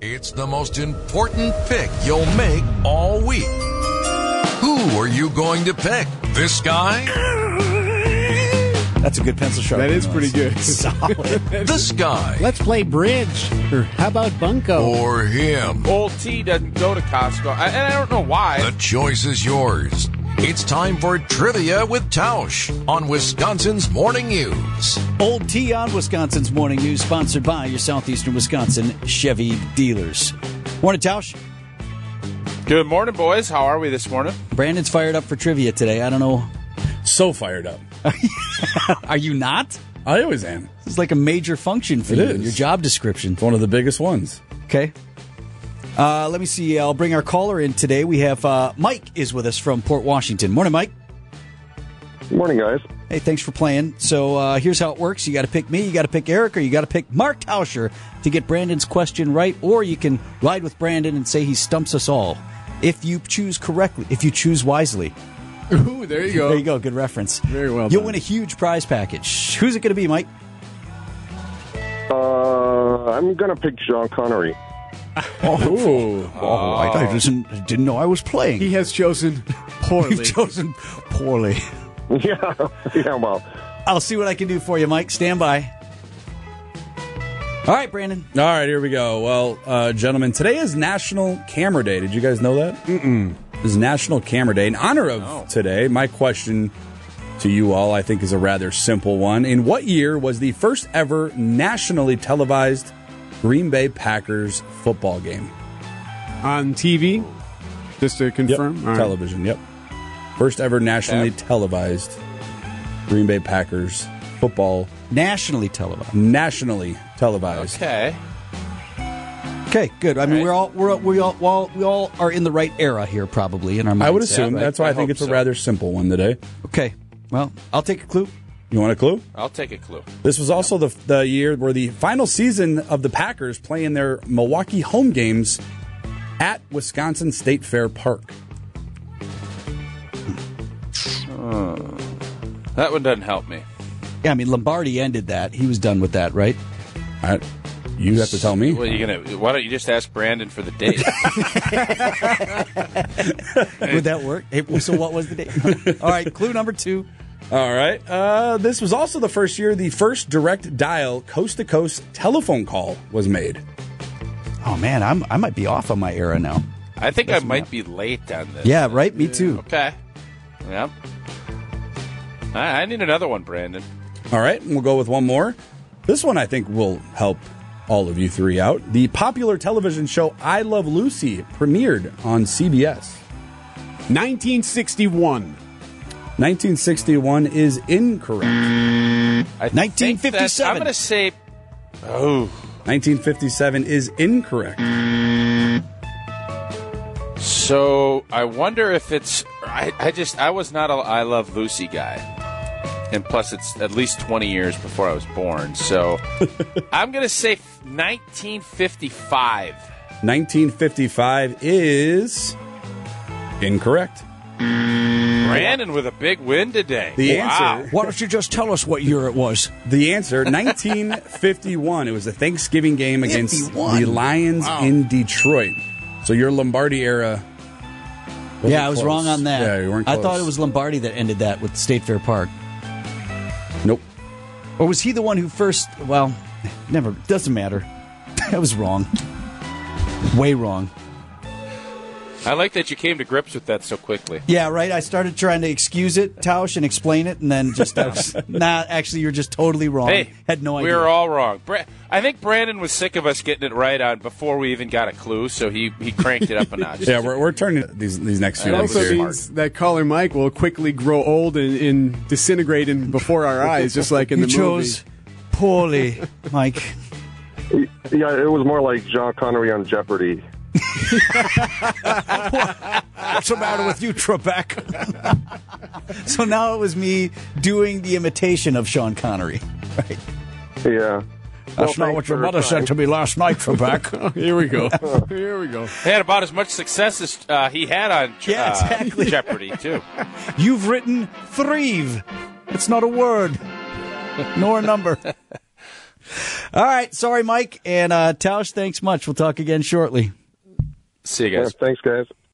It's the most important pick you'll make all week. Who are you going to pick? This guy? That's a good pencil sharp. That is pretty good. Solid. This guy? Let's play bridge. Or how about bunco? Or him? Old T doesn't go to Costco, I, and I don't know why. The choice is yours. It's time for Trivia with Tausch on Wisconsin's Morning News. Old T on Wisconsin's Morning News, sponsored by your Southeastern Wisconsin Chevy dealers. Morning, Tausch. Good morning, boys. How are we this morning? Brandon's fired up for trivia today. I don't know. so fired up. Are you not? I always am. It's like a major function for It you is. in your job description. It's one of the biggest ones. Okay. Uh, let me see. I'll bring our caller in today. We have uh, Mike is with us from Port Washington. Morning, Mike. Morning, guys. Hey, thanks for playing. So uh, here's how it works: you got to pick me, you got to pick Eric, or you got to pick Mark Tauscher to get Brandon's question right, or you can ride with Brandon and say he stumps us all. If you choose correctly, if you choose wisely, Ooh, there you go. there you go. Good reference. Very well You'll done. win a huge prize package. Who's it going to be, Mike? Uh, I'm gonna pick Sean Connery. Ooh. Oh, I, I didn't, didn't know I was playing. He has chosen You've poorly. chosen poorly. yeah, yeah. Well, I'll see what I can do for you, Mike. Stand by. All right, Brandon. All right, here we go. Well, uh, gentlemen, today is National Camera Day. Did you guys know that? Mm-mm. This is National Camera Day. In honor of Oh. today, my question to you all, I think, is a rather simple one. In what year was the first ever nationally televised Green Bay Packers football game? on TV, just to confirm. All right. Television, yep. First ever nationally televised Green Bay Packers football, Nationally televised. nationally televised. Okay. Okay, good. I mean, we're all we're all- we all we all we all are in the right era here, probably in our mindset. I would assume. right? That's why I, I think hope it's a so. rather simple one today. Okay. Well, I'll take a clue. You want a clue? I'll take a clue. This was also the, the year where the final season of the Packers playing their Milwaukee home games at Wisconsin State Fair Park. That one doesn't help me. Yeah, I mean Lombardi ended that. He was done with that, right? I, you have to tell me. Well, you gonna? Why don't you just ask Brandon for the date? Would that work? Hey, so what was the date? all right, clue number two. All right. Uh, this was also the first year the first direct dial coast to coast telephone call was made. Oh man, I'm I might be off on my era now. I think I might be late on this. Yeah, right. Me too. Okay. Yep. I, I need another one, Brandon. All right, and we'll go with one more. This one I think will help all of you three out. The popular television show I Love Lucy premiered on CBS. 1961. 1961 is incorrect. I think that- 1957. I'm gonna say. Oh, 1957 is incorrect. so I wonder if it's. I, I just I was not a I Love Lucy guy. And plus, it's at least 20 years before I was born. So I'm going to say 1955. 1955 is incorrect. Brandon with a big win today. The Wow. answer Why don't you just tell us what year it was? the answer 1951. It was a Thanksgiving game against 51. the Lions in Detroit. So your Lombardi era wasn't yeah, I was close. wrong on that. Yeah, you weren't I thought close. it was Lombardi that ended that with State Fair Park, Nope. or was he the one who first? Well, never. Doesn't matter. I was wrong. Way wrong. I like that you came to grips with that so quickly. Yeah, right. I started trying to excuse it, Tausch, and explain it, and then just I was, nah. Actually, you're just totally wrong. Hey, Um, Had no idea. We were all wrong. Bra- I think Brandon was sick of us getting it right on before we even got a clue, so he, he cranked it up a notch. Yeah, we're, we're turning these these next few It That ones was also here. smart. means that caller Mike will quickly grow old and, and disintegrate in, before our eyes, just like in you the chose poorly, Mike. yeah, it was more like Sean Connery on Jeopardy. What's the matter with you, Trebek? so now it was me doing the imitation of Sean Connery. Yeah. Well, thanks for trying. to me last night, Trebek. movie. Here we go. Here we go. He had about as much success as uh, he had on Je- Yeah, uh, exactly. Jeopardy, too. You've written thrive. It's not a word, nor a number. All right. Sorry, Mike. And uh, Tausch, thanks much. We'll talk again shortly. See you Yeah, guys. thanks, guys.